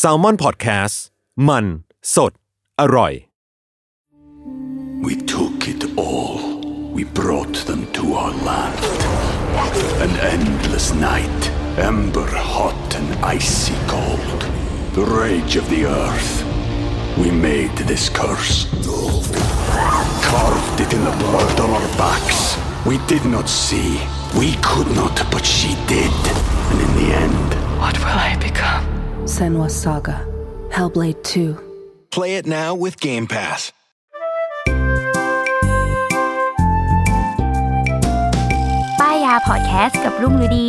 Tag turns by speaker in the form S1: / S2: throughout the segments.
S1: s a l ม o n PODCAST มันสดอร่อย
S2: We took it all. We brought them to our land. An endless night, ember hot and icy cold. The rage of the earth. We made this curse. Carved it in the blood on our backs. We did not see. We could not, but she did. And in the end,
S3: What will I become?
S4: Senwa Saga, Hellblade 2.
S5: Play it now with Game Pass.
S6: ป้ายยาพอดแคสต์กับรุ่งฤดี ส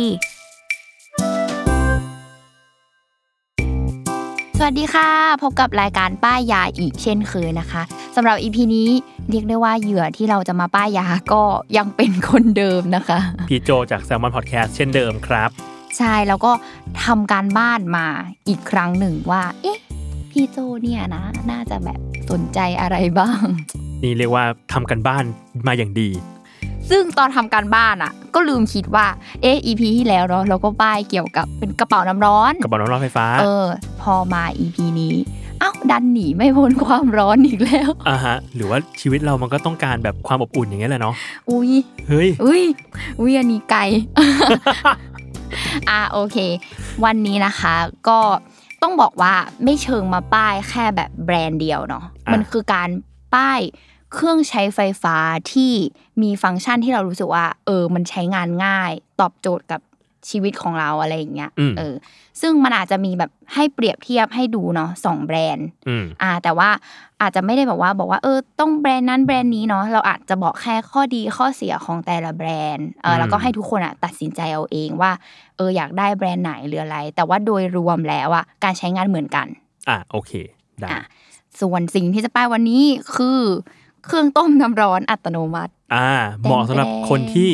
S6: วัสดีค่ะ พบกับรายการป้ายยาอีกเช่นเคยนะคะสำหรับอีพีนี้เรียกได้ว่าเหยื่อที่เราจะมาป้ายยาก็ยังเป็นคนเดิมนะคะ
S7: พี่โจจากแซลมอนพอดแคสต์เช่นเดิมครับ
S6: ใช่แล้วก็ทำการบ้านมาอีกครั้งหนึ่งว่า เอ๊ะ พี่โจเนี่ยนะ น่าจะแบบสนใจอะไรบ้าง
S7: นี่เรียกว่าทำกันบ้านมาอย่างดี
S6: ซึ่งตอนทำการบ้านอ่ะ ก็ลืมคิดว่าเอ๊ะ EP ที่แล้วเนาะเราก็ป้ายเกี่ยวกับเป็นกระเป๋าน้ำร้อน
S7: กับบอกน้ำร้อนไฟฟ้า
S6: เออ พอมา EP นี้ เอ้า ดันหนีไม่พ้นความร้อนอีกแล้ว
S7: อ่าฮะ หรือว่าชีวิตเรามันก็ต้องการแบบความอบอุ่นอย่างเงี้ยแหละเนาะ
S6: อุ้ย
S7: เฮ้ย
S6: อุ้ย อุ้ยอันนี้ไกล อ่ะโอเค วันนี้นะคะก็ต้องบอกว่าไม่เชิงมาป้ายแค่แบบแบรนด์เดียวเนาะ
S7: อ่ะ
S6: มันคือการป้ายเครื่องใช้ไฟฟ้าที่มีฟังก์ชันที่เรารู้สึกว่า เออ มันใช้งานง่าย ตอบโจทย์กับชีวิตของเราอะไรอย่างเงี้ย
S7: อืม
S6: เออ ซึ่งมันอาจจะมีแบบให้เปรียบเทียบให้ดูเนาะสองแบรนด์
S7: อืม
S6: อ่าแต่ว่าอาจจะไม่ได้แบบว่าบอกว่าเออต้องแบรนด์นั้นแบรนด์นี้เนาะเราอาจจะบอกแค่ข้อดีข้อเสียของแต่ละแบรนด์เออแล้วก็ให้ทุกคนอ่ะตัดสินใจเอาเองว่าเอออยากได้แบรนด์ไหนหรืออะไร แต่ว่าโดยรวมแล้วอ่ะการใช้งานเหมือนกัน
S7: อ่ะโอเคได้
S6: อ่ะ ส่วนสิ่งที่จะป้ายวันนี้คือเครื่องต้มน้ำร้อนอัตโนมัติ
S7: อ่า เหมาะสำหรับ
S6: แดงๆ
S7: คนที่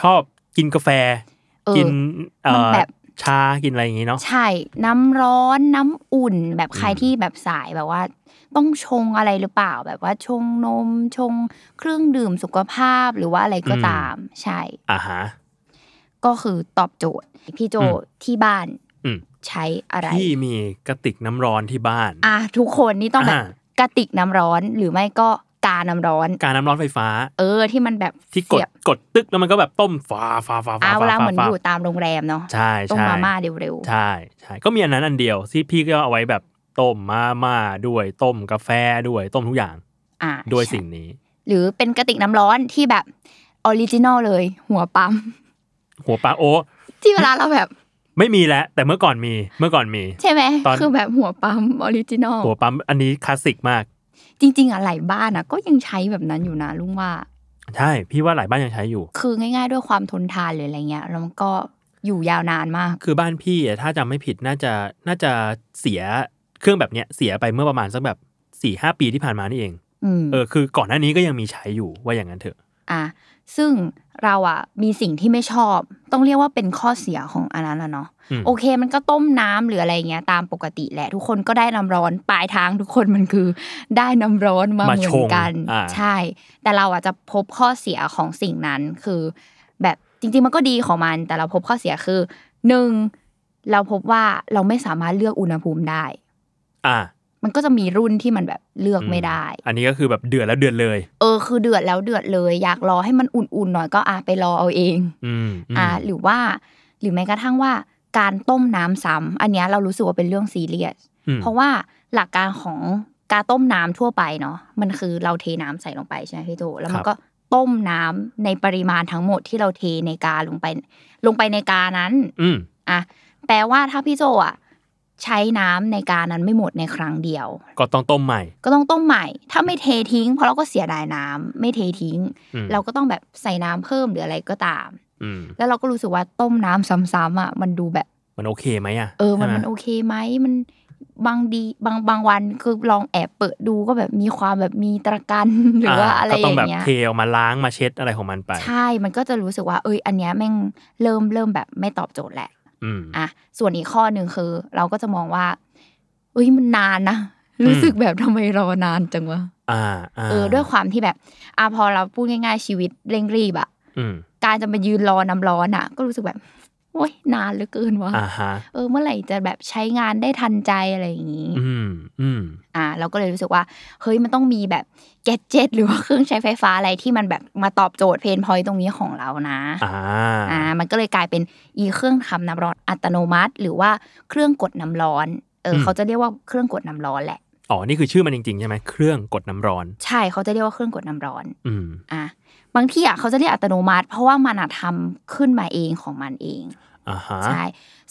S7: ชอบกินกาแฟ
S6: เออ
S7: กินเอ่
S6: มัน
S7: อ
S6: แบบ
S7: ชากินอะไรอย่างงี้เนาะ
S6: ใช่น้ำร้อนน้ำอุ่น แบบใครที่แบบสายแบบว่า ต้องชงอะไรหรือเปล่า แบบว่าชงนมชงเครื่องดื่มสุขภาพหรือว่าอะไรก็
S7: อืม
S6: ตามใช่
S7: อ่าฮะ
S6: ก็คือตอบโจทย์พี่โจ
S7: อืม
S6: ที่บ้าน
S7: อืม
S6: ใช้อะไร
S7: พี่มีกระติกน้ำร้อนที่บ้าน
S6: อ่ะทุกคนนี่ต้องแบบ
S7: อ่า
S6: กระติกน้ำร้อนหรือไม่ก็กาน้ำร้อน
S7: การน้ำร้อนไฟฟ้า
S6: เออที่มันแบบ
S7: ที่กด
S6: เสียบ
S7: กดตึกแล้วมันก็แบบต้มฟ้าฟ้าฟ้าฟ้า
S6: อ่ะเว
S7: ฟ้า
S6: ลาเหมือน
S7: ฟ้า
S6: อยู่ตามโรงแรมเนาะ
S7: ใช่
S6: ต้ม
S7: ใช่
S6: มาม่าเร็ว
S7: ใช่ใช่ก็มีอันนั้นอันเดียวที่พี่ก็เอาไว้แบบต้มมาม่าด้วยต้มกาแฟด้วยต้มทุกอย่าง
S6: ๆอ่ะ
S7: ด้วย
S6: ใช่
S7: สิ่งนี้
S6: หรือเป็นกระติกน้ำร้อนที่แบบออริจินอลเลย หัวปั๊ม
S7: หัวปลาโอ
S6: ที่เวลาเรา แบบ
S7: ไม่มีแล้วแต่เมื่อก่อนมีเมื่อก่อนมี
S6: ใช่ไหม
S7: ตอน
S6: คือแบบหัวปั๊มออริจินอล
S7: หัวปั๊มอันนี้คลาสสิกมาก
S6: จริง ๆอ่ะหลายบ้านอ่ะก็ยังใช้แบบนั้นอยู่นะลุงว่า
S7: ใช่พี่ว่าหลายบ้านยังใช้อยู่
S6: คือง่าย ๆ ด้วยความทนทานหรืออะไรเงี้ยแล้วมันก็อยู่ยาวนานมาก
S7: คือบ้านพี่อะถ้าจำไม่ผิดน่าจะน่าจะเสียเครื่องแบบเนี้ยเสียไปเมื่อประมาณสักแบบสี่ห้าปีที่ผ่านมานี่เอง
S6: อืม
S7: เออคือก่อนหน้านี้ก็ยังมีใช้อยู่ว่าอย่างนั้นเถอะ
S6: อ่ะซึ่งเราอ่ะมีสิ่งที่ไม่ชอบ ต้องเรียกว่าเป็นข้อเสียของอันนั้นละเนาะ
S7: ม
S6: โอเค มันก็ต้มน้ำหรืออะไรเงี้ยตามปกติแหละ ทุกคนก็ได้น้ำร้อนปลายทางทุกคนมันคือ ได้น้ำร้อน
S7: า
S6: มาเหมือนกัน
S7: ชงอ่า
S6: ใช่ แต่เราอ่ะจะพบข้อเสียของสิ่งนั้นคือ แบบจริง ๆ มันก็ดีของมัน แต่เราพบข้อเสียคือหนึ่งเราพบว่าเราไม่สามารถเลือกอุณหภูมิได้
S7: อ่ะ
S6: มันก็จะมีรุ่นที่มันแบบเลือกไม่ได้
S7: อันนี้ก็คือแบบเดือดแล้วเดือดเลย
S6: เออคือเดือดแล้วเดือดเลย อยากรอให้มันอุ่นๆหน่อยก็อ่ะไปรอเอาเอง
S7: อืมม
S6: อ่าหรือว่าหรือแม้กระทั่งว่าการต้มน้ำซ้ำอันเนี้ยเรารู้สึกว่าเป็นเรื่องซีเรียส
S7: อืม
S6: เพราะว่าหลักการของการต้มน้ำทั่วไปเนาะมันคือเราเทน้ำใส่ลงไปใช่ไหมพี่โจแล้วมันก็ต้มน้ำในปริมาณทั้งหมดที่เราเทในกาลงไป ลงไปในกานั้น
S7: อืม
S6: อ่ะแปลว่าถ้าพี่โจอ่ะใช้น้ำในกานั้นไม่หมดในครั้งเดียว
S7: ก็ต้องต้มใหม่
S6: ก็ต้องต้มใหม่ ถ้าไม่เททิ้ง เพราะเราก็เสียดายน้ำไม่เททิ้ง
S7: อืม
S6: เราก็ต้องแบบใส่น้ำเพิ่มหรืออะไรก็ตาม
S7: อืม
S6: แล้วเราก็รู้สึกว่าต้มน้ำซ้ำๆอ่ะมันดูแบบ
S7: มันโอเคไหมอ่ะ
S6: เออมัน
S7: ใช่ไห
S6: มันโอเคไหมมันบางดีบางบางวันคือลองแอบเปิดดูก็แบบมีความแบบมีตะกัน หรือว่าอะไร
S7: ก็
S6: อ
S7: ต้อง
S6: ย่า
S7: แบ
S6: ง
S7: บ
S6: เงี้ย
S7: เทออกมาล้างมาเช็ดอะไรของมันไป
S6: ใช่มันก็จะรู้สึกว่าเอ้ยอันเนี้ยแม่งเริ่มเริ่มแบบไม่ตอบโจทย์แหละ
S7: อืม
S6: อ่ะส่วนอีกข้อหนึ่งคือ เราก็จะมองว่าเอ้ยมันนานนะรู้สึกแบบทำไมรอนานจังวะ
S7: อ่าา
S6: เออด้วยความที่แบบอ่ะพอเราพูดง่าย ๆชีวิตเร่งรีบอะ
S7: อืม
S6: การจะมายืนรอน้ำร้อนอะก็รู้สึกแบบ โอ้ยนานเหลือเกินวะ
S7: อ่าฮะ
S6: เออเมื่อไหร่จะแบบใช้งานได้ทันใจอะไรอย่างนี้
S7: อืมอืม
S6: อ่าเราก็เลยรู้สึกว่าเฮ้ยมันต้องมีแบบแกจเจ็ตหรือว่าเครื่องใช้ไฟฟ้าอะไรที่มันแบบมาตอบโจทย์เพนพอยตรงนี้ของเรานะ
S7: อ่า
S6: อ่ามันก็เลยกลายเป็นอีเครื่องทำน้ำร้อนอัตโนมัติ หรือว่าเครื่องกดน้ำร้อนเออ
S7: ม
S6: เขาจะเรียกว่าเครื่องกดน้ำร้อนแหละ
S7: อ๋อ นี่คือชื่อมันจริงๆ ใช่ไหมเครื่องกดน้ำร้อน
S6: ใช่เขาจะเรียกว่าเครื่องกดน้ำร้อน
S7: อืม
S6: อ่ะบางที่อ่ะเขาจะเรียกอัตโนมัติ เพราะว่ามันอะทำขึ้นมาเองของมันเอง
S7: อ่าฮะ
S6: ใช่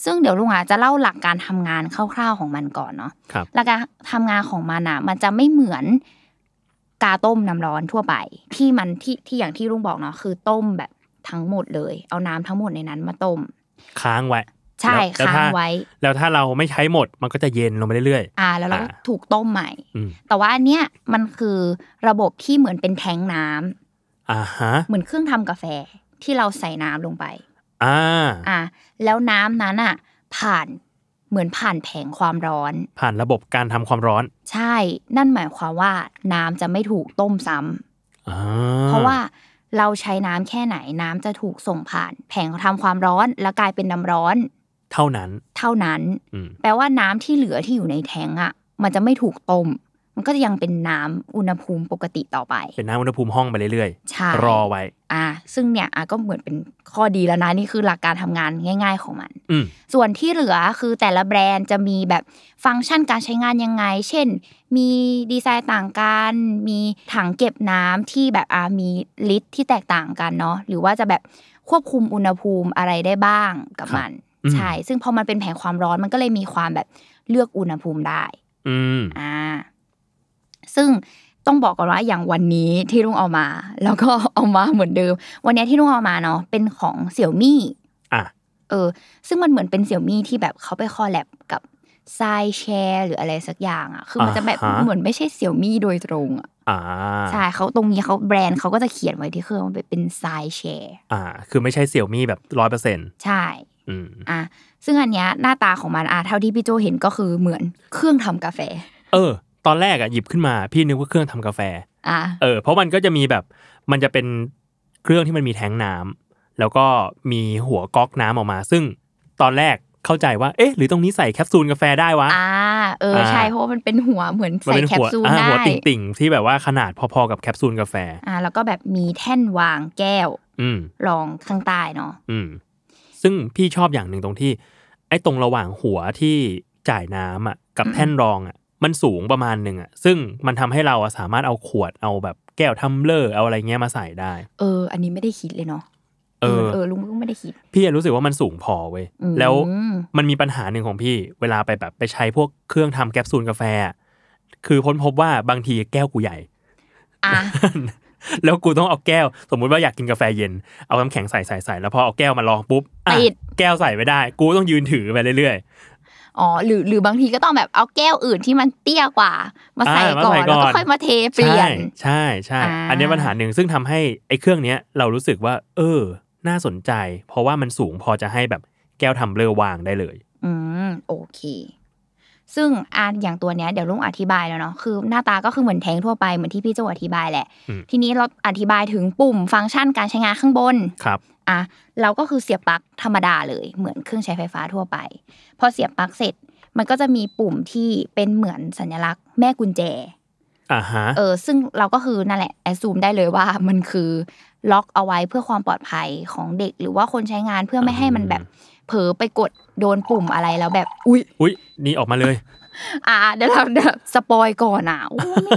S6: ซึ่งเดี๋ยวลุงอาจจะเล่าหลักการทำงานคร่าวๆของมันก่อนเนาะ
S7: ครับ
S6: หลักการทำงานของมันอ่ะ มันจะไม่เหมือนกาต้มน้ำร้อนทั่วไป ที่มันที่ที่อย่างที่ลุงบอกเนาะคือต้มแบบทั้งหมดเลย เอาน้ำทั้งหมดในนั้นมาต้ม
S7: ค้างไว้
S6: ใช่
S7: แล้วแล้ว
S6: ค้าง
S7: ถ้
S6: ไว้
S7: แล้วถ้าเราไม่ใช้หมด มันก็จะเย็นลงไปเรื่อย
S6: อ่า แล้วเราก็
S7: อ่า
S6: ถูกต้มใหม่
S7: ๆ อืม
S6: แต่ว่าอันเนี้ยมันคือระบบที่เหมือนเป็นแทงน้ำ
S7: อ่าฮะ
S6: เหมือนเครื่องทำกาแฟที่เราใส่น้ำลงไป
S7: อ่า
S6: อ่า แล้วน้ำนั้นอ่ะ ผ่านเหมือนผ่านแผงความร้อน
S7: ผ่านระบบการทำความร้อน
S6: ใช่ นั่นหมายความว่าน้ำจะไม่ถูกต้มซ้ำ
S7: อ่า
S6: เพราะว่าเราใช้น้ำแค่ไหนน้ำจะถูกส่งผ่าน แผงทำความร้อนแล้วกลายเป็นน้ำร้อน
S7: เท่านั้น
S6: เท่านั้น
S7: อืม
S6: แปลว่าน้ำที่เหลือที่อยู่ในแทงอ่ะ มันจะไม่ถูกต้ม มันก็จะยังเป็นน้ำอุณหภูมิปกติต่อไป
S7: เป็นน้ำอุณหภูมิห้องไปเรื่อย
S6: ใช่
S7: ๆ รอไว้
S6: อ่ะซึ่งเนี่ยอ่ะก็เหมือนเป็นข้อดีแล้วนะนี่คือหลักการทำงานง่าย ๆ ของมัน
S7: อืม
S6: ส่วนที่เหลือคือแต่ละแบรนด์จะมีแบบฟังก์ชันการใช้งานยังไง เช่น มีดีไซน์ต่างกัน มีถังเก็บน้ำที่แบบอ่ามีลิตรที่แตกต่างกันเนาะ หรือว่าจะแบบควบคุมอุณหภูมิอะไรได้บ้างกับมัน
S7: อืม
S6: ใช่ ซึ่งพอมันเป็นแผงความร้อนมันก็เลยมีความแบบเลือกอุณหภูมิได้
S7: อืม
S6: อ่า ซึ่งต้องบอกก่อนว่าอย่างวันนี้ที่ลุงเอามา แล้วก็เอามาเหมือนเดิม วันนี้ที่ลุงเอามาเนาะเป็นของเสี่ยวมี่
S7: อ่ะ
S6: เออซึ่งมันเหมือนเป็นเสี่ยมี่ที่แบบเขาไปคอลแลบกับไซแชร์หรืออะไรสักอย่างอ่ะ คือมันจะแบบ
S7: อ่าฮะ
S6: เหมือนไม่ใช่เสี่ยมี่โดยตรงอ่ะ
S7: อ่า
S6: ใช่เขาตรงนี้เขาแบรนด์เขาก็จะเขียนไว้ที่เครื่องว่าเป็นไซแชร์
S7: อ่า คือไม่ใช่เสี่ยวมี่แบบร้อยเปอร์เซ็นต์
S6: ใช่
S7: อืม
S6: อ่ะซึ่งอันเนี้ยหน้าตาของมันอ่ะเท่าที่พี่โจเห็นก็คือเหมือนเครื่องทำกาแฟ
S7: เออ ตอนแรกอ่ะหยิบขึ้นมา พี่นึกว่าเครื่องทำกาแฟ
S6: อ่ะ
S7: เออ เพราะมันก็จะมีแบบ มันจะเป็นเครื่องที่มันมีแทงน้ำแล้วก็มีหัวก๊อกน้ำออกมา ซึ่งตอนแรกเข้าใจว่า เอ๊ะ หรือตรงนี้ใส่แคปซูลกาแฟได้วะ
S6: อ่าเออใช่
S7: อ่า
S6: เพราะว่ามันเป็นหัวเหมือน
S7: มั
S6: ใส่
S7: เป็น
S6: แค
S7: หั
S6: ป
S7: ว
S6: ซูล
S7: อ่า
S6: ได้
S7: หัวติ่งๆ ที่แบบว่าขนาดพอๆกับแคปซูลกาแฟ
S6: อ่าแล้วก็แบบมีแท่นวางแก้ว
S7: อืม
S6: รองข้างใต้เนาะ
S7: อืม ซึ่งพี่ชอบอย่างหนึ่งตรงที่ ไอ้ตรงระหว่างหัวที่จ่ายน้ำอ่ะกับแท่นรองอ่ะมันสูงประมาณหนึ่งอ่ะ ซึ่งมันทำให้เราอะสามารถเอาขวดเอาแบบแก้วทัมเลอร์เอาอะไรเงี้ยมาใส่ได้
S6: เออ อันนี้ไม่ได้คิดเลยเนาะ
S7: เออ
S6: เออลุงก็ไม่ได้คิด
S7: พี่อะรู้สึกว่ามันสูงพอเว้ย
S6: อืม
S7: แล้วมันมีปัญหาหนึ่งของพี่ เวลาไปแบบไปใช้พวกเครื่องทำแคปซูลกาแฟอะคือพ้นพบว่าบางทีแก้วกูใหญ่
S6: อ่ะ
S7: แล้วกูต้องเอาแก้ว สมมุติว่าอยากกินกาแฟเย็น เอาน้ำแข็งใส่ใส่ใส่แล้วพอเอาแก้วมาลองปุ๊บอ่ะ
S6: ติด
S7: แก้วใส่ไม่ได้ กูต้องยืนถือไปเรื่อย
S6: อ๋อหรือหรือบางทีก็ต้องแบบเอาแก้วอื่นที่มันเตี้ยกว่า มา
S7: ๆ
S6: ใส่
S7: ะ
S6: ก่อนแล้วก็ค่อยมาเทเปลี่ยน
S7: ใช่ใช่
S6: อ่า
S7: อันเนี้ยปัญหาหนึ่งซึ่งทำให้ไอ้เครื่องเนี้ยเรารู้สึกว่า เออ น่าสนใจ เพราะว่ามันสูงพอจะให้แบบแก้วทำเลอวางได้เลย
S6: อืมโอเค ซึ่งอ่านอย่างตัวเนี้ยเดี๋ยวลุงอธิบายแล้วเนาะคือหน้าตาก็คือเหมือนแทงทั่วไปเหมือนที่พี่โจอธิบายแหละ
S7: อืม
S6: ทีนี้เราอธิบายถึงปุ่มฟังก์ชันการใช้งานข้างบน
S7: ครับ
S6: อ่ะเราก็คือเสียบปลั๊กธรรมดาเลย เหมือนเครื่องใช้ไฟฟ้าทั่วไป พอเสียบปลั๊กเสร็จ มันก็จะมีปุ่มที่เป็นเหมือนสัญลักษณ์แม่กุญแจ
S7: อ่าฮะ
S6: เออซึ่งเราก็คือนั่นแหละแอดซูมได้เลยว่ามันคือล็อกเอาไว้เพื่อความปลอดภัยของเด็ก หรือว่าคนใช้งานเพื่อไม่ให้มันแบบเผลอไปกดโดนปุ่มอะไรแล้วแบบอุ้ย
S7: อุ๊ยนี่ออกมาเลย
S6: อ่าเดี๋ยวเราเดี๋ยวสปอยก่อนอ่ะโอ้ไม่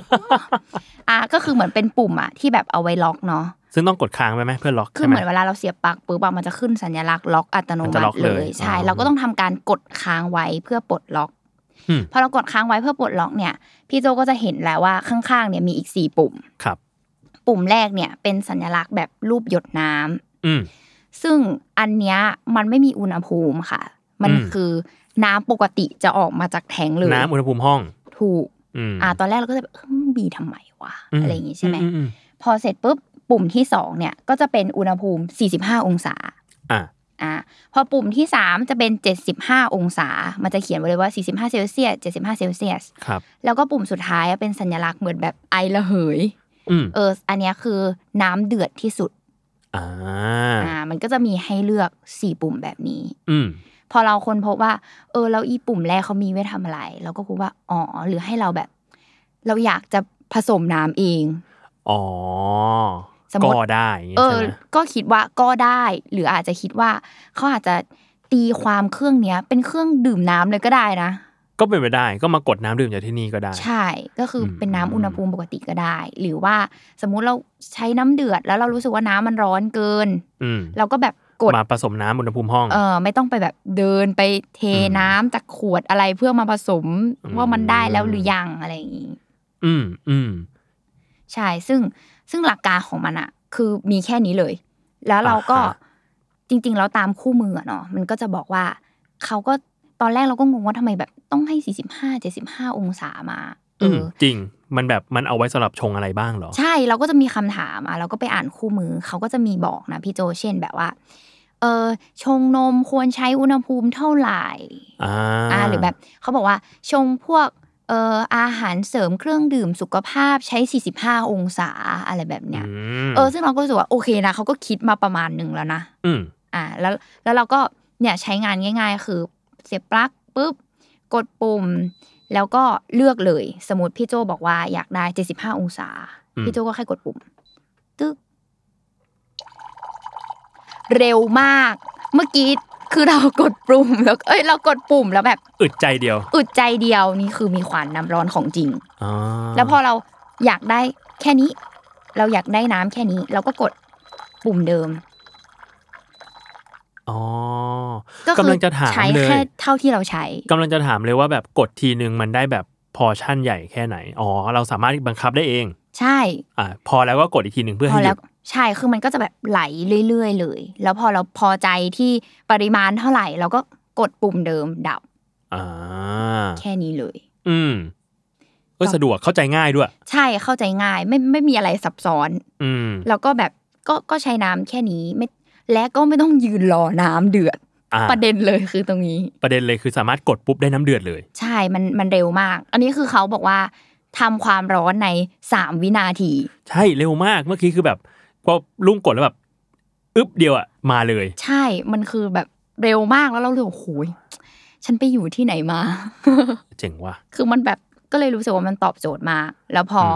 S6: อ่าก็คือเหมือนเป็นปุ่มอ่ะที่แบบเอาไว้ล็อกเนาะ
S7: ซึ่งต้องกดค้างไปไหมเพื่อล็อก
S6: คือ
S7: ใช่
S6: เห
S7: ไหม
S6: มือนเวลาเราเสียบปลั๊กปุ๊บอะมันจะขึ้นสัญลักษณ์ล็อกอัตโน
S7: มัน
S6: มั
S7: จะล็อ
S6: ติ
S7: ก
S6: เล
S7: เลย ย
S6: ใช่
S7: อ๋อ
S6: เราก็ต้องทำการกดค้างไว้เพื่อปลดล็อก
S7: อืม
S6: พอเรากดค้างไว้เพื่อปลดล็อกเนี่ย พี่โจก็จะเห็นแล้วว่าข้างๆเนี่ยมีอีกสี่ปุ่ม
S7: ครับ
S6: ปุ่มแรกเนี่ยเป็นสัญลักษณ์แบบรูปหยดน้ำ
S7: อืม
S6: ซึ่งอันเนี้ยมันไม่มีอุณหภูมิค่ะ มัน
S7: อืม
S6: คือน้ำปกติจะออกมาจากแทงเลย
S7: น้ำอุณหภูมิห้อง
S6: ถูก
S7: อืม
S6: อ่าตอนแรกเราก็จะแบบเอ้ยมีทำไมวะ
S7: ม
S6: อะไรอย่างงี้ใช่ไหม
S7: อือื
S6: พอเสร็จปุ๊บปุ่มที่สองเนี่ยก็จะเป็นอุณหภูมิ 45 องศา
S7: อ่ะ
S6: อ่าพอปุ่มที่ 3 จะเป็น 75 องศา มันจะเขียนไว้เลยว่า 45 เซลเซียส 75 เซลเซียส
S7: ครับ
S6: แล้วก็ปุ่มสุดท้ายเป็นสัญลักษณ์เหมือนแบบไอระเหย
S7: อืม
S6: เอออันเนี้ยคือน้ำเดือดที่สุด
S7: อ่า
S6: อ่ามันก็จะมีให้เลือกสี่ปุ่มแบบนี้
S7: อืม
S6: พอเราคนพบว่า เออเราอีปุ่มแรกเขามีไว้ทำอะไร เราก็พบว่าอ๋อหรือให้เราแบบ เราอยากจะผสมน้ำเอง
S7: อ๋อ
S6: สมมติ
S7: ก็ได้อย่างงี้
S6: เอ
S7: ใช่
S6: อ
S7: ไหม
S6: ก็คิดว่าก็ได้ หรืออาจจะคิดว่าเขาอาจจะตีความเครื่องเนี้ย เป็นเครื่องดื่มน้ำเลยก็ได้นะ
S7: ก็เป็นไปได้ ก็มากดน้ำดื่มจากที่นี่ก็ได้
S6: ใช่ ก็คืออ
S7: ม
S6: เป็นน้ำ
S7: อืม
S6: อุณหภูมิปกติก็ได้ หรือว่าสมมุติเราใช้น้ำเดือด แล้วเรารู้สึกว่าน้ำมันร้อนเกิน
S7: อืม
S6: เราก็แบบกด
S7: มาผสมน้ำอุณหภูมิห้อง
S6: เออไม่ต้องไปแบบเดินไปเท
S7: อืม
S6: น้ำจากขวดอะไรเพื่อมาผสม
S7: อืม
S6: ว่ามันได้แล้วหรือยังอะไรอย่างนี้
S7: อืมอืม
S6: ใช่ ซึ่งซึ่งหลักการของมันอะคือมีแค่นี้เลย แล้วเราก็
S7: อ่าฮะ
S6: จริง ๆ แล้วตามคู่มืออะเนาะมันก็จะบอกว่าเขาก็ตอนแรกเราก็งงว่าทำไมแบบต้องให้สี่สิบห้าเจ็ดสิบห้าองศามาเอ
S7: อืม
S6: อ
S7: จริง มันแบบมันเอาไว้สำหรับชงอะไรบ้างเหรอ
S6: ใช่เราก็จะมีคำถามอ่ะเราก็ไปอ่านคู่มือเขาก็จะมีบอกนะพี่โจเช่นแบบว่าเออชงนมควรใช้อุณหภูมิเท่าไหร่
S7: อ่า
S6: อ่าหรือแบบเขาบอกว่าชงพวกเอ่ออาหารเสริมเครื่องดื่มสุขภาพใช้ 45 องศาอะไรแบบเนี้ย
S7: อืม
S6: เออซึ่งเราก็รู้สึกว่าโอเคนะเขาก็คิดมาประมาณหนึ่งแล้วนะ
S7: อืม
S6: อ่าแล้วแล้วเราก็เนี่ยใช้งานง่าย ๆ คือเสียบปลั๊กปุ๊บกดปุ่ม แล้วก็เลือกเลย สมมติพี่โจบอกว่าอยากได้ 75 องศา
S7: อืม
S6: พี่โจก็แค่กดปุ่มตึ๊กเร็วมาก เมื่อกี้คือเรากดปุ่มแล้วเอ้ยเรากดปุ่มแล้วแบบ
S7: อึดใจเดียว
S6: อึดใจเดียวนี่คือมีขวานน้ำร้อนของจริง
S7: อ่า
S6: แล้วพอเราอยากได้แค่นี้ เราอยากได้น้ำแค่นี้ เราก็กดปุ่มเดิม
S7: อ๋อ
S6: ก็คื
S7: กำลังจะถาม
S6: ใช้
S7: เลย
S6: แค่เท่าที่เราใช้
S7: กำลังจะถามเลยว่าแบบกดทีนึงมันได้แบบพอร์ชั่นใหญ่แค่ไหน อ๋อ เราสามารถบังคับได้เอง
S6: ใช่
S7: อ่า พอแล้วก็กดอีกทีหนึ่งเพื่อ
S6: พอ
S7: ให้ห
S6: แล้
S7: ยุ
S6: ว
S7: ด
S6: ใช่คือมันก็จะแบบไหลเรื่อยๆเลย แล้วพอเราพอใจที่ปริมาณเท่าไหร่ เราก็กดปุ่มเดิมดับ
S7: อ่า
S6: แค่นี้เลย
S7: อืมก็สะดวกเข้าใจง่ายด้วย
S6: ใช่เข้าใจง่ายไม่ไม่มีอะไรซับซ้อน
S7: อืม
S6: แล้วก็แบบก็ก็ใช้น้ำแค่นี้ไม่และก็ไม่ต้องยืนรอน้ำเดือด
S7: อ่า
S6: ประเด็นเลยคือตรงนี้
S7: ประเด็นเลยคือสามารถกดปุ๊บได้น้ำเดือดเลย
S6: ใช่ มัน มันเร็วมาก อันนี้คือเขาบอกว่าทำความร้อนใน 3 วินาที
S7: ใช่เร็วมากเมื่อกี้คือแบบพอลุงกดแล้วแบบอึ๊บเดียวอะมาเลย
S6: ใช่ มันคือแบบเร็วมากแล้วเราเลยโอ้โหยฉันไปอยู่ที่ไหนมา
S7: เจ๋งว่ะ
S6: คือมันแบบ ก็เลยรู้สึกว่ามันตอบโจทย์มาก แล้วพออ
S7: ม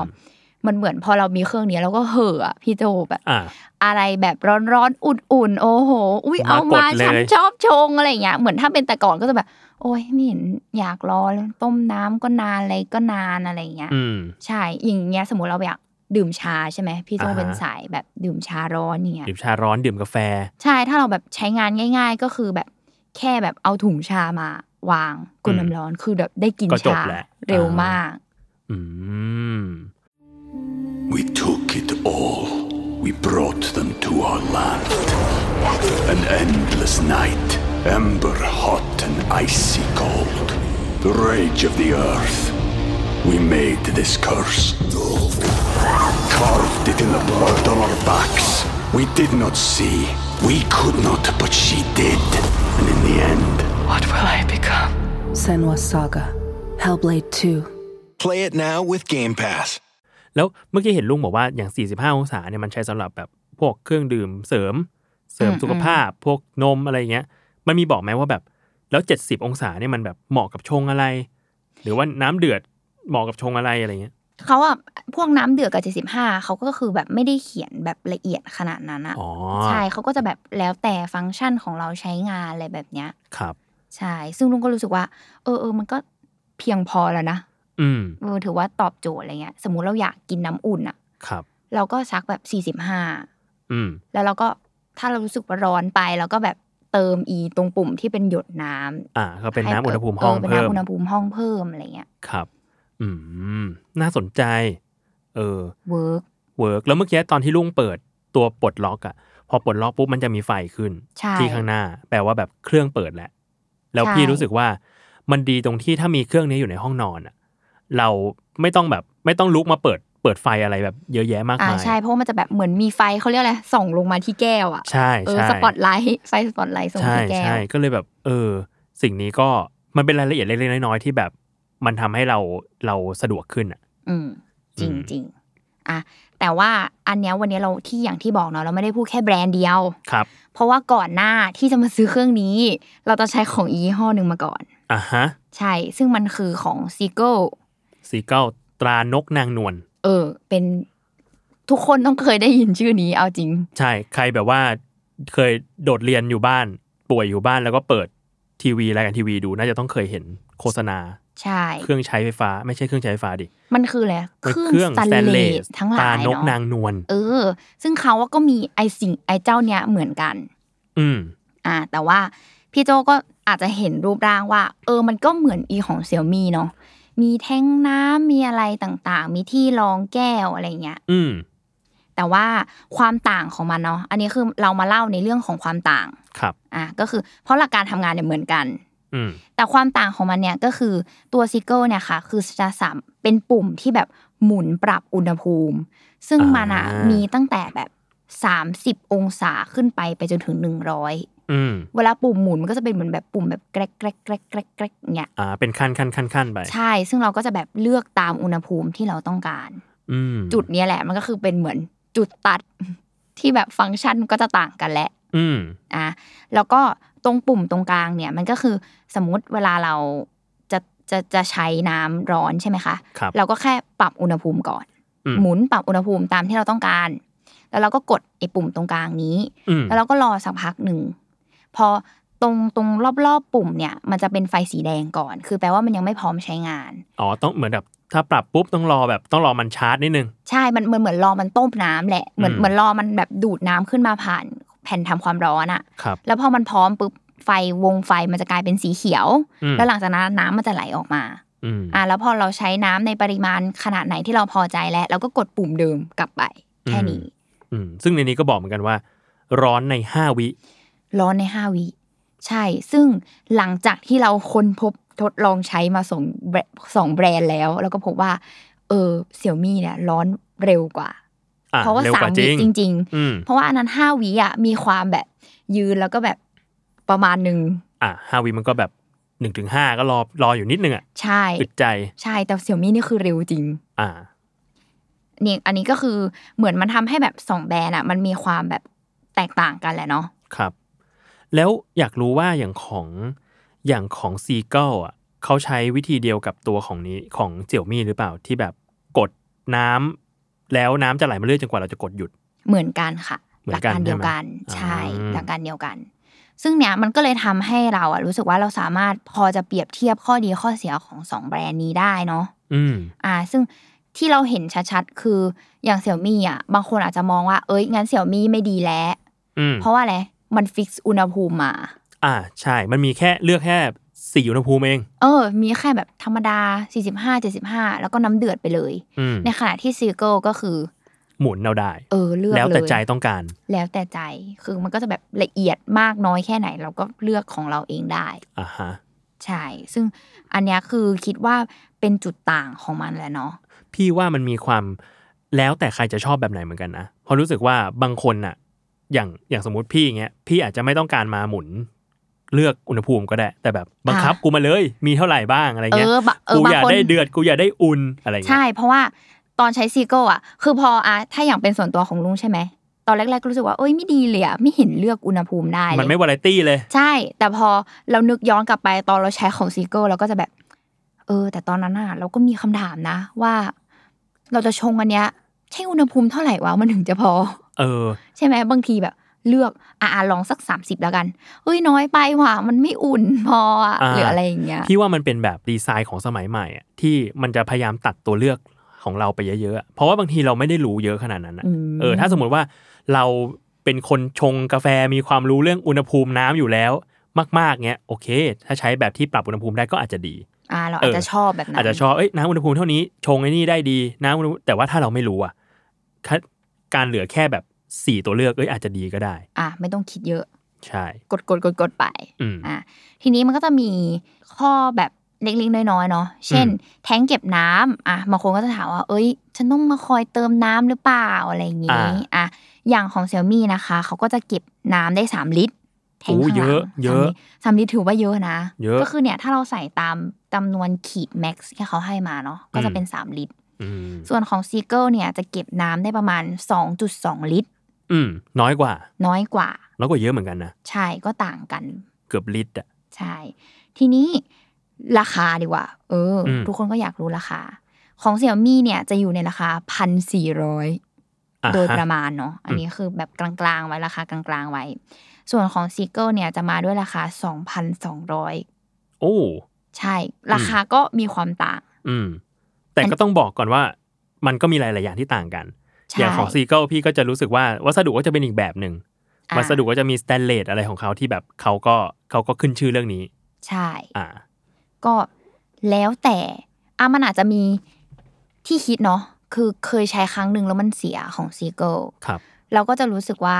S6: มันเหมือนพอเรามีเครื่องนี้เราก็เห่ออะพี่โจแบบ
S7: อ่า
S6: อะไรแบบร้อนๆ อุ่นๆ โอ้โห อุ้ยเอา
S7: มาม
S6: า
S7: ด
S6: ก
S7: เลย
S6: ฉันชอบชงอะไรอย่างเงี้ย เหมือนถ้าเป็นแต่ก่อนก็จะแบบ โอ้ยไม่เห็นอยากรอเลยต้มน้ำก็นานอะไรก็นานอะไรอย่างเงี้ย
S7: อืม
S6: ใช่ อย่างเงี้ยสมมติเราอยากดื่มชาใช่ไหมพี่โจ
S7: อ่าฮะ
S6: เป็นสายแบบดื่มชาร้อนเนี่ย
S7: ดื่มชาร้อนดื่มกาแฟ
S6: ใช่ถ้าเราแบบใช้งานง่าย ๆ ก็คือแบบแค่แบบเอาถุงชามาวางกด
S7: อืม
S6: น้ำร้อนคือแบบได้กิน
S7: ก็จบ
S6: ชา
S7: แล้ว
S6: เร็วมาก
S7: อืม
S2: We took it all. We brought them to our land. An endless night, ember hot and icy cold. The rage of the earth. We made this curse. Carved it in the blood on our backs. We did not see. We could not, but she did. And in the end,
S3: What will I become?
S4: Senwa Saga. Hellblade 2.
S5: Play it now with Game Pass.
S7: แล้วเมื่อกี้เห็นลุงบอกว่าอย่าง 45 องศาเนี่ยมันใช้สำหรับแบบพวกเครื่องดื่มเสริม เสริม
S6: อืม
S7: สุขภาพ พวกนมอะไรเงี้ย มันมีบอกไหมว่าแบบแล้ว 70 องศาเนี่ยมันแบบเหมาะกับชงอะไร หรือว่าน้ำเดือดเหมาะกับชงอะไรอะไรเงี้ย
S6: เขาอะพวกน้ำเดือดกับ 75เขาก็คือแบบไม่ได้เขียนแบบละเอียดขนาดนั้นอะ
S7: อ๋อ
S6: ใช่เขาก็จะแบบแล้วแต่ฟังก์ชันของเราใช้งานอะไรแบบเนี้ย
S7: ครับ
S6: ใช่ ซึ่งลุงก็รู้สึกว่า เออเออมันก็เพียงพอแล้วนะ
S7: อืม
S6: เออถือว่าตอบโจทย์อะไรเงี้ย สมมุติเราอยากกินน้ำอุ่นอ่ะ
S7: ครับ
S6: เราก็ซักแบบสี่สิบห้า
S7: อืม
S6: แล้วเราก็ถ้าเรารู้สึกว่าร้อนไปเราก็แบบเติมอีตรงปุ่มที่เป็นหยดน้ำ
S7: อ่าก็เป็นน้ำ
S6: ให้
S7: อุณหภูมิห้อง
S6: เเป็น
S7: เพิ่ม
S6: น้ำอุณหภูมิห้องเพิ่มอะไรเงี้ย
S7: ครับ อืม น่าสนใจ เออ
S6: เวิร์ก
S7: เวิร์กแล้วเมื่อกี้ตอนที่ลุงเปิดตัวปลดล็อกอะพอปลดล็อกปุ๊บมันจะมีไฟขึ้น
S6: ใช่
S7: ที่ข้างหน้า แปลว่าแบบเครื่องเปิดแล้ว แล้ว
S6: ใช่
S7: พี่รู้สึกว่ามันดีตรงที่ถ้ามีเครื่องนี้อยู่ในห้องนอนอะเราไม่ต้องแบบไม่ต้องลุกมาเปิดเปิดไฟอะไรแบบเยอะแยะมา
S6: อ่าม
S7: กาย
S6: ใช่เพราะว่ามันจะแบบเหมือนมีไฟเขาเรียกอะไรส่องลงมาที่แก้วอ่ะ
S7: ใช่
S6: เออ
S7: ใช่
S6: สปอตไลท์ไฟสปอตไลท์ส่ง
S7: ใช่
S6: ที่แก้ว
S7: ใช่ก็เลยแบบ เออ สิ่งนี้ก็มันเป็นรายละเอียดเล็กๆน้อยๆที่แบบ มันทำให้เราเราสะดวกขึ้นอะ
S6: อืมจริง
S7: อืม
S6: จริง อ่ะแต่ว่าอันเนี้ยวันนี้เราที่อย่างที่บอกเนาะเราไม่ได้พูดแค่แบรนด์เดียว
S7: ครับ
S6: เพราะว่าก่อนหน้าที่จะมาซื้อเครื่องนี้ เราจะใช้ของอีกยี่ห้อหนึ่งมาก่อน
S7: อ่ะฮะ
S6: ใช่ ซึ่งมันคือของซีโก
S7: ซีเกิลตรานกนางนวล
S6: เออ เป็นทุกคนต้องเคยได้ยินชื่อนี้เอาจริง
S7: ใช่ใครแบบว่าเคยโดดเรียนอยู่บ้าน ป่วยอยู่บ้านแล้วก็เปิดทีวีรายการทีวีดูน่าจะต้องเคยเห็นโฆษณา
S6: ใช่
S7: เครื่องใช้ไฟฟ้า ไม่ใช่เครื่องใช้ไฟฟ้าดิ
S6: มันคืออะไร
S7: เครื่อง
S6: สแตนเล
S7: stainless
S6: สทั้งห
S7: ตรา
S6: ลาย
S7: นกนาง
S6: เนาะ
S7: นวล
S6: เออ ซึ่งเขาก็มีไอสิ่งไอเจ้าเนี้ยเหมือนกัน
S7: อืม
S6: อ่า แต่ว่าพี่โจก็อาจจะเห็นรูปร่างว่า เออ มันก็เหมือนอีของเสี่ยวมีเนาะมีแท้งน้ำมีอะไรต่างๆ มีที่รองแก้วอะไรเงี้ย
S7: อืม
S6: แต่ว่าความต่างของมันเนาะ อันนี้คือเรามาเล่าในเรื่องของความต่าง
S7: ครับ
S6: อ่ะก็คือเพราะหลักการทำงานเนี่ยเหมือนกัน
S7: อืม
S6: แต่ความต่างของมันเนี่ยก็คือตัวซิเกิลเนี่ยค่ะ คือจะสามเป็นปุ่มที่แบบหมุนปรับอุณหภูมิ ซึ่งมันอะ
S7: อ่ามี
S6: มีตั้งแต่แบบ 30 องศาขึ้นไปไปจนถึง 100
S7: อืม
S6: เวลาปุ่มหมุนมันก็จะเป็นเหมือนแบบปุ่มแบบแกรกแกรกแกรกแกรกแกรกเนี่ย
S7: อ่า เป็นขั้นขั้นขั้นขั้นไป
S6: ใช่ ซึ่งเราก็จะแบบเลือกตามอุณหภูมิที่เราต้องการ
S7: อืม
S6: จุดเนี้ยแหละมันก็คือเป็นเหมือนจุดตัด ที่แบบฟังก์ชันก็จะต่างกันแหละ
S7: อืม
S6: อ่ะแล้วก็ตรงปุ่มตรงกลางเนี่ยมันก็คือสมมุติเวลาเราจะจะจะใช้น้ำร้อนใช่ไหมคะ
S7: ครับ
S6: เราก็แค่ปรับอุณหภูมิก่อน
S7: อืม
S6: หมุนปรับอุณหภูมิตามที่เราต้องการ แล้วเราก็กดไอ้ปุ่มตรงกลางนี้
S7: อืม
S6: แล้วเราก็รอสักพักหนึ่ง พอตรงตรงรอบๆปุ่มเนี่ยมันจะเป็นไฟสีแดงก่อน คือแปลว่ามันยังไม่พร้อมใช้งาน
S7: อ๋อ ต้องเหมือนแบบ ถ้าปรับปุ๊บต้องรอแบบต้องรอมันชาร์จนิดนึง
S6: ใช่ มันเหมือนเหมือนรอมันต้มน้ำแหละ เหมือน
S7: อืม
S6: เหมือนรอมันแบบดูดน้ำขึ้นมาผ่านแผ่นทำความร้อนอะ
S7: ครับ
S6: แล้วพอมันพร้อมปุ๊บไฟวงไฟมันจะกลายเป็นสีเขียว
S7: อืม
S6: แล้วหลังจากนั้นน้ำมันจะไหลออกมา
S7: อืม
S6: อ่ะแล้วพอเราใช้น้ำในปริมาณขนาดไหนที่เราพอใจแล้วเราก็กดปุ่มเดิมกลับไป แค่นี้
S7: อืม ซึ่งในนี้ก็บอกเหมือนกันว่า ร้อนในห้าวิ
S6: ร้อนในห้าวิใช่ ซึ่งหลังจากที่เราค้นพบทดลองใช้มาสองแบรสองแบรนด์แล้ว แล้วก็พบว่า เออเสี่ยมี่เนี่ยร้อนเร็วกว่า
S7: อ่ะ
S6: เพราะว่า
S7: เร็ว
S6: สากม
S7: ว่าจ
S6: วิ
S7: ริง
S6: จริง
S7: อืม
S6: ๆ เพราะว่าอันนั้นห้าวิอ่ะมีความแบบยืนแล้วก็แบบประมาณหนึ่ง
S7: อ่ะห้าวิมันก็แบบหนึ่งถึงห้าก็รอรออยู่นิดนึงอ่ะ
S6: ใช่
S7: อึดใจ
S6: ใช่แต่เสี่ยมี่นี่คือเร็วจริง
S7: อ่า
S6: นี่อันนี้ก็คือเหมือนมันทำให้แบบสองแบรนด์อะมันมีความแบบแตกต่างกันแหละเนาะ
S7: ครับ แล้วอยากรู้ว่าอย่างของอย่างของซีเกิลอ่ะเขาใช้วิธีเดียวกับตัวของนี้ของเจียวมี่หรือเปล่าที่แบบกดน้ำแล้วน้ำจะไหลมาเรื่อยจนกว่าเราจะกดหยุด
S6: เหมือนกันค่ะ
S7: เหมื
S6: ห
S7: อ
S6: ลั
S7: นกัน
S6: การเดียวกัน
S7: ใช่
S6: ใช่
S7: ไหมอ่า
S6: หลักการเดียวกัน ซึ่งเนี่ยมันก็เลยทำให้เราอะรู้สึกว่าเราสามารถพอจะเปรียบเทียบข้อดีข้อเสียของสองแบรนด์นี้ได้เนาะ
S7: อืม
S6: อ่า ซึ่งที่เราเห็นชัดๆคืออย่างเสี่ยมี่อะบางคนอาจจะมองว่าเอ้ยงั้นเสี่ยมี่ไม่ดีแล้ว
S7: อืม
S6: เพราะว่าอะไรมันฟิกซ์อุณหภูมิมา
S7: อ่าใช่ มันมีแค่เลือกแค่สี่อุณหภูมิเอง
S6: เออ มีแค่แบบธรรมดา 45 75 แล้วก็น้ำเดือดไปเลย
S7: อืม
S6: ในขณะที่ซีเกิลก็คือ
S7: หมุนเราได้
S6: เออ เลือก
S7: แล้ว
S6: เลย
S7: แต่ใจต้องการ
S6: แล้วแต่ใจ คือมันก็จะแบบละเอียดมากน้อยแค่ไหน เราก็เลือกของเราเองได้
S7: อ่าฮะ
S6: ใช่ ซึ่งอันเนี้ยคือคิดว่าเป็นจุดต่างของมันแหละเนาะ
S7: พี่ว่ามันมีความแล้วแต่ใครจะชอบแบบไหนเหมือนกันนะเพราะรู้สึกว่าบางคนน่ะ อย่างอย่างสมมติพี่อย่างเงี้ย พี่อาจจะไม่ต้องการมาหมุน เลือกอุณหภูมิก็ได้ แต่แบบบังคับกูมาเลย มีเท่าไหร่บ้างอะไรเงี้ย
S6: เออบะเออ
S7: กู
S6: บาง
S7: อยาก
S6: คน
S7: ได้เดือดกูอยากได้อุ่นอะไร
S6: ใช่
S7: เงี้ย
S6: เพราะว่าตอนใช้ซีเกิลอ่ะ คือพออะถ้าอย่างเป็นส่วนตัวของลุงใช่ไหม ตอนแรกๆก็รู้สึกว่า เอ้ย ไม่ดีเลยอะไม่เห็นเลือกอุณหภูมิได้เลย
S7: มันไม่วาไรตี้เลย
S6: ใช่ แต่พอเรานึกย้อนกลับไปตอนเราใช้ของซีเกิลเราก็จะแบบ เออ แต่ตอนนั้นน่ะเราก็มีคำถามนะ ว่าเราจะชงอันเนี้ยใช่อุณหภูมิเท่าไหร่วะมันถึงจะพอ
S7: เออ
S6: ใช่ไหมบางทีแบบ เลือกอ่าลองสัก 30 แล้วกันเอ้ยน้อยไปว่ะมันไม่อุ่นพออะ
S7: อ่า
S6: หรืออะไรอย่างเงี้ย
S7: พี่ว่ามันเป็นแบบดีไซน์ของสมัยใหม่อะที่มันจะพยายามตัดตัวเลือกของเราไปเยอะๆอะเพราะว่าบางทีเราไม่ได้รู้เยอะขนาดนั้นอะ
S6: อืม
S7: เออ ถ้าสมมติว่าเราเป็นคนชงกาแฟมีความรู้เรื่องอุณหภูมิน้ำอยู่แล้ว มากๆเงี้ยโอเค ถ้าใช้แบบที่ปรับอุณหภูมิได้ก็อาจจะดี
S6: อ่า เราอาจจะชอบแบบนั้น
S7: อาจจะชอบเอ้ยน้ำอุณหภูมิเท่านี้ชงไอ้นี่ได้ดีน้ำอุณหภูมิแต่ว่าถ้าเราไม่รู้อะถ้าการเหลือแค่แบบสี่ตัวเลือกเอ้ยอาจจะดีก็ได้
S6: อ่าไม่ต้องคิดเยอะ
S7: ใช่
S6: กดกดกดกดไป
S7: อืม
S6: อ่ะทีนี้มันก็จะมีข้อแบบเล็กๆน้อยๆเนาะเช่น แท้งเก็บน้ำอ่ะบางคนก็จะถามว่า เอ้ย ฉันต้องมาคอยเติมน้ำหรือเปล่าอะไรอย่างงี้
S7: อ่า
S6: อ่ะอย่างของเซี่ยมี่นะคะ เขาก็จะเก็บน้ำได้สามลิตรแทง
S7: โอ้
S6: ข้างหลัง
S7: เยอะเยอะ
S6: สามลิตรถือว่าเยอะนะ
S7: เยอะ
S6: ก็คือเนี่ยถ้าเราใส่ตามจำนวนขีดแม็กซ์ที่เขาให้มาเนาะก็จะเป็นสามลิตร
S7: อืม
S6: ส่วนของซีเกิลเนี่ยจะเก็บน้ำได้ประมาณ 2.2 ลิตร
S7: อืมน้อยกว่า
S6: น้อยกว่า
S7: แล้วก็เยอะเหมือนกันนะ
S6: ใช่ก็ต่างกัน
S7: เกือบลิตรอ่ะ
S6: ใช่ ทีนี้ราคาดีกว่า เอออ
S7: ม
S6: ทุกคนก็อยากรู้ราคา ของเสี่ยมี่เนี่ยจะอยู่ในราคาพันสี่ร้อย
S7: อ่
S6: โดย
S7: ฮ
S6: ประมาณเนาะ อันนี้คือแบบกลางๆไว้ราคากลางๆไว้ ส่วนของซีเกิลเนี่ยจะมาด้วยราคา 2,200
S7: โอ้
S6: ใช่ ราคาก็มีความต่าง
S7: อืม แต่
S6: อัน
S7: ก็ต้องบอกก่อนว่า มันก็มีหลาย ๆ อย่างที่ต่างกัน
S6: ใช่
S7: อย่างของซีเกิลพี่ก็จะรู้สึกว่าวัสดุก็จะเป็นอีกแบบหนึ่ง
S6: อ่า
S7: วัสดุก็จะมีสแตนเลสอะไรของเขาที่แบบเขาก็เขาก็ขึ้นชื่อเรื่องนี้
S6: ใช่
S7: อ่า
S6: ก็แล้วแต่อ่ะมันอาจจะมีที่คิดเนาะคือเคยใช้ครั้งหนึ่งแล้วมันเสียของซีเกิล
S7: ครับ
S6: เราก็จะรู้สึกว่า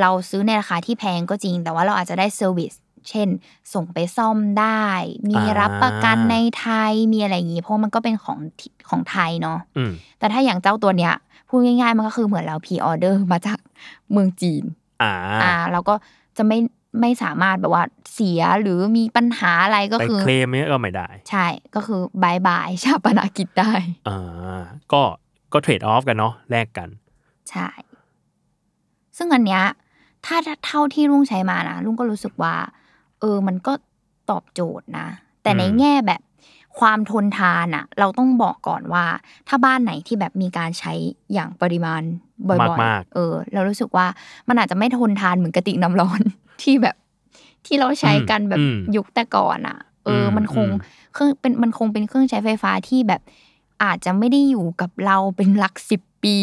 S6: เราซื้อในราคาที่แพงก็จริง แต่ว่าเราอาจจะได้เซอร์วิสเช่น ส่งไปซ่อมได้ มี
S7: อ่ารั
S6: รับประกันในไทยมีอะไรอย่างงี้ เพราะมันก็เป็นของที่ของไทยเนาะ
S7: อืม
S6: แต่ถ้าอย่างเจ้าตัวเนี้ยพูดง่ายๆมันก็คือเหมือนเราพรีออเดอร์มาจากเมืองจีน
S7: อ่า
S6: อ่าเราก็จะไม่ไม่สามารถแบบว่าเสียหรือมีปัญหาอะไรก็
S7: ไป
S6: คือ
S7: เคลมเนี่ยก็ไม่ได้
S6: ใช่ ก็คือบายบายชาปนากิจได้
S7: อ่า ก็ก็เทรดออฟกันเนาะแลกกัน
S6: ใช่ ซึ่งอันเนี้ยถ้าเท่าที่ลุงใช้มานะลุงก็รู้สึกว่า เออ มันก็ตอบโจทย์นะ แต่ใน
S7: อืม
S6: แง่แบบความทนทานอะเราต้องบอกก่อนว่า ถ้าบ้านไหนที่แบบมีการใช้อย่างปริมาณบ่อย
S7: มากๆ
S6: ๆเออ เรารู้สึกว่ามันอาจจะไม่ทนทานเหมือนกระติกน้ำร้อน ที่แบบที่เราใช้กันแบบ
S7: อืม
S6: ยุคแต่ก่อนอะเอออ
S7: ม
S6: มันคง
S7: อืม
S6: เครื่องเป็นมันคงเป็นเครื่องใช้ไฟฟ้าที่แบบอาจจะไม่ได้อยู่กับเราเป็นหลักสิบปี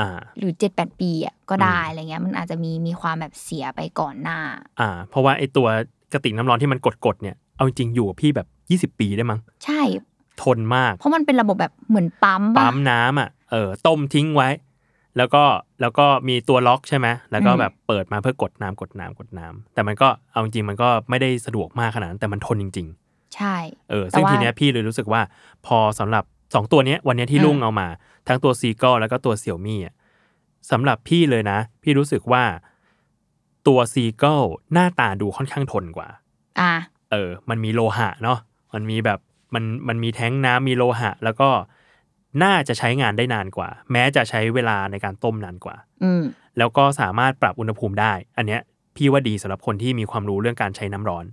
S7: อ่า
S6: หรือเจ็ดแปดปีอ่ะก็ได้
S7: อืม
S6: อะไรเงี้ยมันอาจจะมีมีความแบบเสียไปก่อนหน้า
S7: อ่า เพราะว่าไอตัวกระติกน้ำร้อนที่มันกดๆเนี่ย เอาจริงๆอยู่กับพี่แบบ 20 ปีได้มั้ง
S6: ใช่
S7: ทนมาก
S6: เพราะมันเป็นระบบแบบเหมือนปั๊มปะ
S7: ปั๊มน้ำอ่ะ เออ ต้มทิ้งไว้ แล้วก็แล้วก็มีตัวล็อกใช่ไหม แล้วก็
S6: อืม
S7: แบบเปิดมาเพื่อกดน้ำกดน้ำกดน้ำแต่มันก็เอาจริงๆมันก็ไม่ได้สะดวกมากขนาดนั้น แต่มันทนจริง
S6: ใช่
S7: ๆ เออ ซึ่ง
S6: แต่ว่า
S7: ทีเนี้ยพี่เลยรู้สึกว่า พอสำหรับสองตัวเนี้ยวันเนี้ยที่
S6: อืม
S7: ลุงเอามา ทั้งตัวซีก l แล้วก็ตัวเสี่ยวมี่อ่ะสำหรับพี่เลยนะ พี่รู้สึกว่าตัวซีก l หน้าตาดูค่อนข้างทนกว่า
S6: อ่ะ
S7: เออ มันมีโลหะเนาะ มันมีแบบ มัน มันมีแท้งน้ำมีโลหะ แล้วก็น่าจะใช้งานได้นานกว่า แม้จะใช้เวลาในการต้มนานกว่า
S6: อืม
S7: แล้วก็สามารถปรับอุณหภูมิได้ อันเนี้ยพี่ว่าดีสำหรับคนที่มีความรู้เรื่องการใช้น้ำร้อน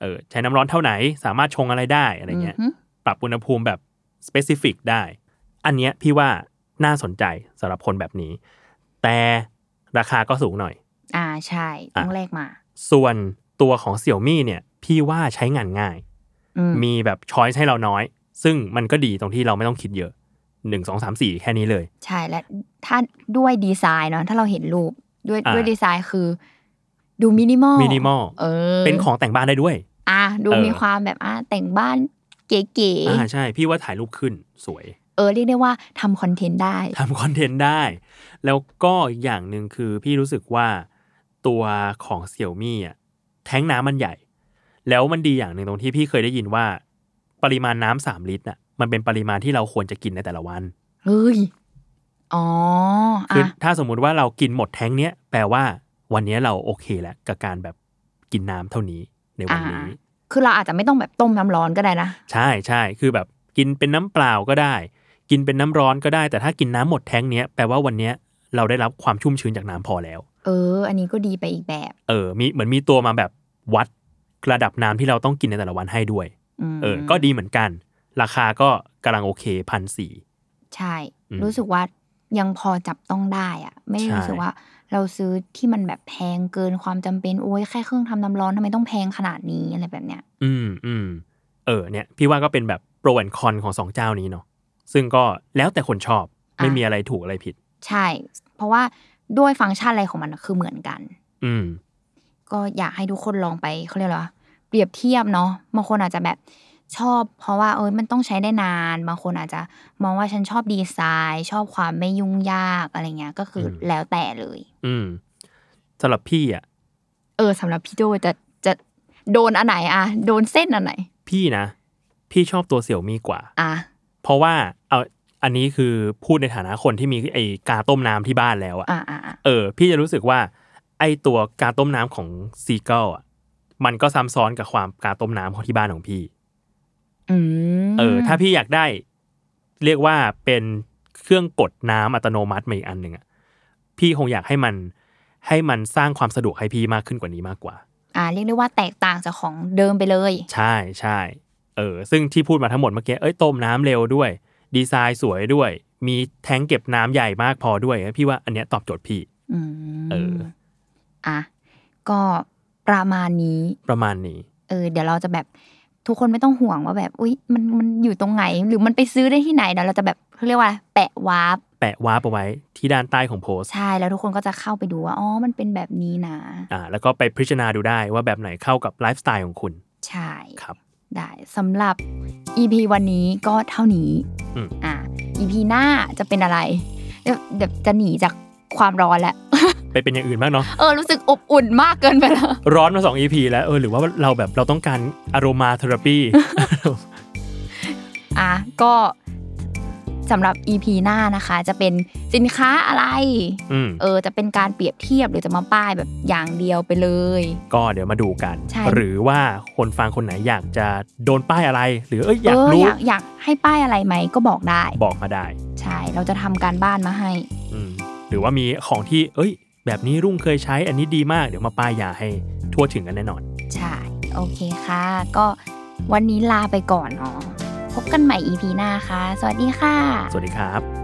S7: เออ ใช้น้ำร้อนเท่าไหน สามารถชงอะไรได้ อะไรเงี้ย
S6: อือหือ
S7: ปรับอุณหภูมิแบบ specific ได้ อันเนี้ยพี่ว่าน่าสนใจสำหรับคนแบบนี้ แต่ราคาก็สูงหน่อย
S6: อ่าใช่ ต้อง
S7: อ่ะ
S6: แลกมา
S7: ส่วนตัวของเสี่ยวมี่เนี่ย พี่ว่าใช้งานง่าย
S6: อืม
S7: มีแบบช้อยส์ให้เราน้อย ซึ่งมันก็ดีตรงที่เราไม่ต้องคิดเยอะหนึ่งสองสามสี่แค่นี้เลย
S6: ใช่และถ้าด้วยดีไซน์เนาะถ้าเราเห็นรูปด้วย
S7: อ่ะ
S6: ด้วยดีไซน์คือ ดูมินิมอล
S7: มินิมอล
S6: เออ
S7: เป็นของแต่งบ้านได้ด้วย
S6: อ่ะดู
S7: เออ
S6: มีความแบบอ่ะแต่งบ้านเก๋
S7: อ่าใช่ พี่ว่าถ่ายรูปขึ้นสวย
S6: ๆเออเรียกได้ว่าทำคอนเทนต์ได้
S7: ทำคอนเทนต์ได้ แล้วก็อีกอย่างหนึ่งคือพี่รู้สึกว่าตัวของเสี่ยวมี่อ่ะแท้งน้ำมันใหญ่ แล้วมันดีอย่างหนึ่งตรงที่พี่เคยได้ยินว่า ปริมาณน้ำสามลิตรน่ะมันเป็นปริมาณที่เราควรจะกินในแต่ละวัน
S6: เฮ้ย อ๋อ
S7: คือ
S6: อ่ะ
S7: ถ้าสมมุติว่าเรากินหมดแท้งเนี้ยแปลว่าวันเนี้ยเราโอเคแล้วกับการแบบกินน้ำเท่านี้ในวันนี้
S6: อ่า คือเราอาจจะไม่ต้องแบบต้มน้ำร้อนก็ได้นะ
S7: ใช่ใช่คือแบบกินเป็นน้ำเปล่าก็ได้ กินเป็นน้ำร้อนก็ได้ แต่ถ้ากินน้ำหมดแท้งเนี้ยแปลว่าวันเนี้ยเราได้รับความชุ่มชื้นจากน้ำพอแล้ว
S6: เออ อันนี้ก็ดีไปอีกแบบ
S7: เออมีเหมือนมีตัวมาแบบวัดระดับน้ำที่เราต้องกินในแต่ละวันให้ด้วย
S6: ม
S7: เออ ก็ดีเหมือนกัน ราคาก็กำลังโอเคพันสี่
S6: ใช่
S7: อืม
S6: รู้สึกว่ายังพอจับต้องได้อะไม่ได้
S7: ใช่
S6: รู้สึกว่า เราซื้อที่มันแบบแพงเกินความจำเป็นโอ้ยแค่เครื่องทำน้ำร้อนทำไมต้องแพงขนาดนี้อะไรแบบเนี้ย
S7: อืมอืมเออเนี่ย พี่ว่าก็เป็นแบบโปรแอนคอนของสองเจ้านี้เนาะซึ่งก็แล้วแต่คนชอบไม่
S6: อ่ะ
S7: มีอะไรถูกอะไรผิด
S6: ใช่ เพราะว่าด้วยฟังก์ชันอะไรของมันอะคือเหมือนกัน
S7: อืม
S6: ก็อยากให้ทุกคนลองไปเขาเรียกอะไรวะเปรียบเทียบเนาะบางคนอาจจะแบบชอบ เพราะว่าเอ้ยมันต้องใช้ได้นาน บางคนอาจจะมองว่าฉันชอบดีไซน์ ชอบความไม่ยุ่งยากอะไรเงี้ยก็คืออ
S7: ม
S6: แล้วแต่เลย
S7: อืมสำหรับพี่อ่ะ
S6: เออสำหรับพี่โจจะจะโดนอันไหนอะโดนเส้นอันไหน
S7: พี่นะ พี่ชอบตัวเสี่ยวมีกว่า
S6: อะ
S7: เพราะว่าเอาอันนี้คือพูดในฐานะคนที่มีไอกาต้มน้ำที่บ้านแล้วอะ
S6: อ่ะอ่ะอ่ะ
S7: เออ พี่จะรู้สึกว่า ไอตัวกาต้มน้ำของซีเกิลอะมันก็ซ้ำซ้อนกับความกาต้มน้ำของที่บ้านของพี่
S6: อืม
S7: เออ ถ้าพี่อยากได้ เรียกว่าเป็นเครื่องกดน้ำอัตโนมัติมาอีกอันหนึ่งอะพี่คงอยากให้มันให้มันสร้างความสะดวกให้พี่มากขึ้นกว่านี้มากกว่า
S6: อ่าเรียกได้ว่าแตกต่างจากของเดิมไปเลย
S7: ใช่ใช่เออซึ่งที่พูดมาทั้งหมดเมื่อกี้เอ้ยต้มน้ำเร็วด้วย ดีไซน์สวยด้วย มีแทงก์เก็บน้ำใหญ่มากพอด้วย พี่ว่าอันเนี้ยตอบโจทย์พี่
S6: อืม
S7: เออ
S6: อ่ะก็ประมาณนี้
S7: ประมาณนี้
S6: เออเดี๋ยวเราจะแบบทุกคนไม่ต้องห่วงว่าแบบอุ้ยมันมันอยู่ตรงไหน หรือมันไปซื้อได้ที่ไหนเดี๋ยวเราจะแบบเขาเรียกว่าแปะวาร์ป
S7: แปะวาร์ปเอาไว้ที่ด้านใต้ของโพสต์
S6: ใช่แล้วทุกคนก็จะเข้าไปดูว่าอ๋อมันเป็นแบบนี้นะ
S7: อ่าแล้วก็ไปพิจารณาดูได้ว่าแบบไหนเข้ากับไลฟ์สไตล์ของคุณ
S6: ใช่
S7: ครับ
S6: ได้สำหรับ EP วันนี้ก็เท่านี้
S7: อืม
S6: อ่ะ EP หน้าจะเป็นอะไรเดี๋ยวเดี๋ยวจะหนีจากความร้อนแล้ว
S7: ไปเป็นอย่างอื่นบ้างเนาะ
S6: เออรู้สึกอบอุ่นมากเกินไปแล้ว
S7: ร้อนมา 2 EP แล้วเออหรือว่าเราแบบเราต้องการอารมาเทอรา ปี
S6: อ่ะก็สำหรับ EP หน้านะคะ จะเป็นสินค้าอะไร
S7: อืม
S6: เออจะเป็นการเปรียบเทียบหรือจะมาป้ายแบบอย่างเดียวไปเลย
S7: ก็เดี๋ยวมาดูกัน
S6: ใช่
S7: หรือว่าคนฟังคนไหนอยากจะโดนป้ายอะไร หรือเอ้ยอยาก
S6: เออ
S7: รู้
S6: อยากอยากให้ป้ายอะไรไหมก็บอกได้
S7: บอกมาได้
S6: ใช่ เราจะทำการบ้านมาให้
S7: อืมหรือว่ามีของที่เอ้ย แบบนี้รุ่งเคยใช้อันนี้ดีมาก เดี๋ยวมาป้ายยาให้ทั่วถึงกันแน่นอน
S6: ใช่ โอเคค่ะ ก็วันนี้ลาไปก่อนเนาะพบกันใหม่ EP หน้าค่ะ สวัสดีค่ะ
S7: สวัสดีครับ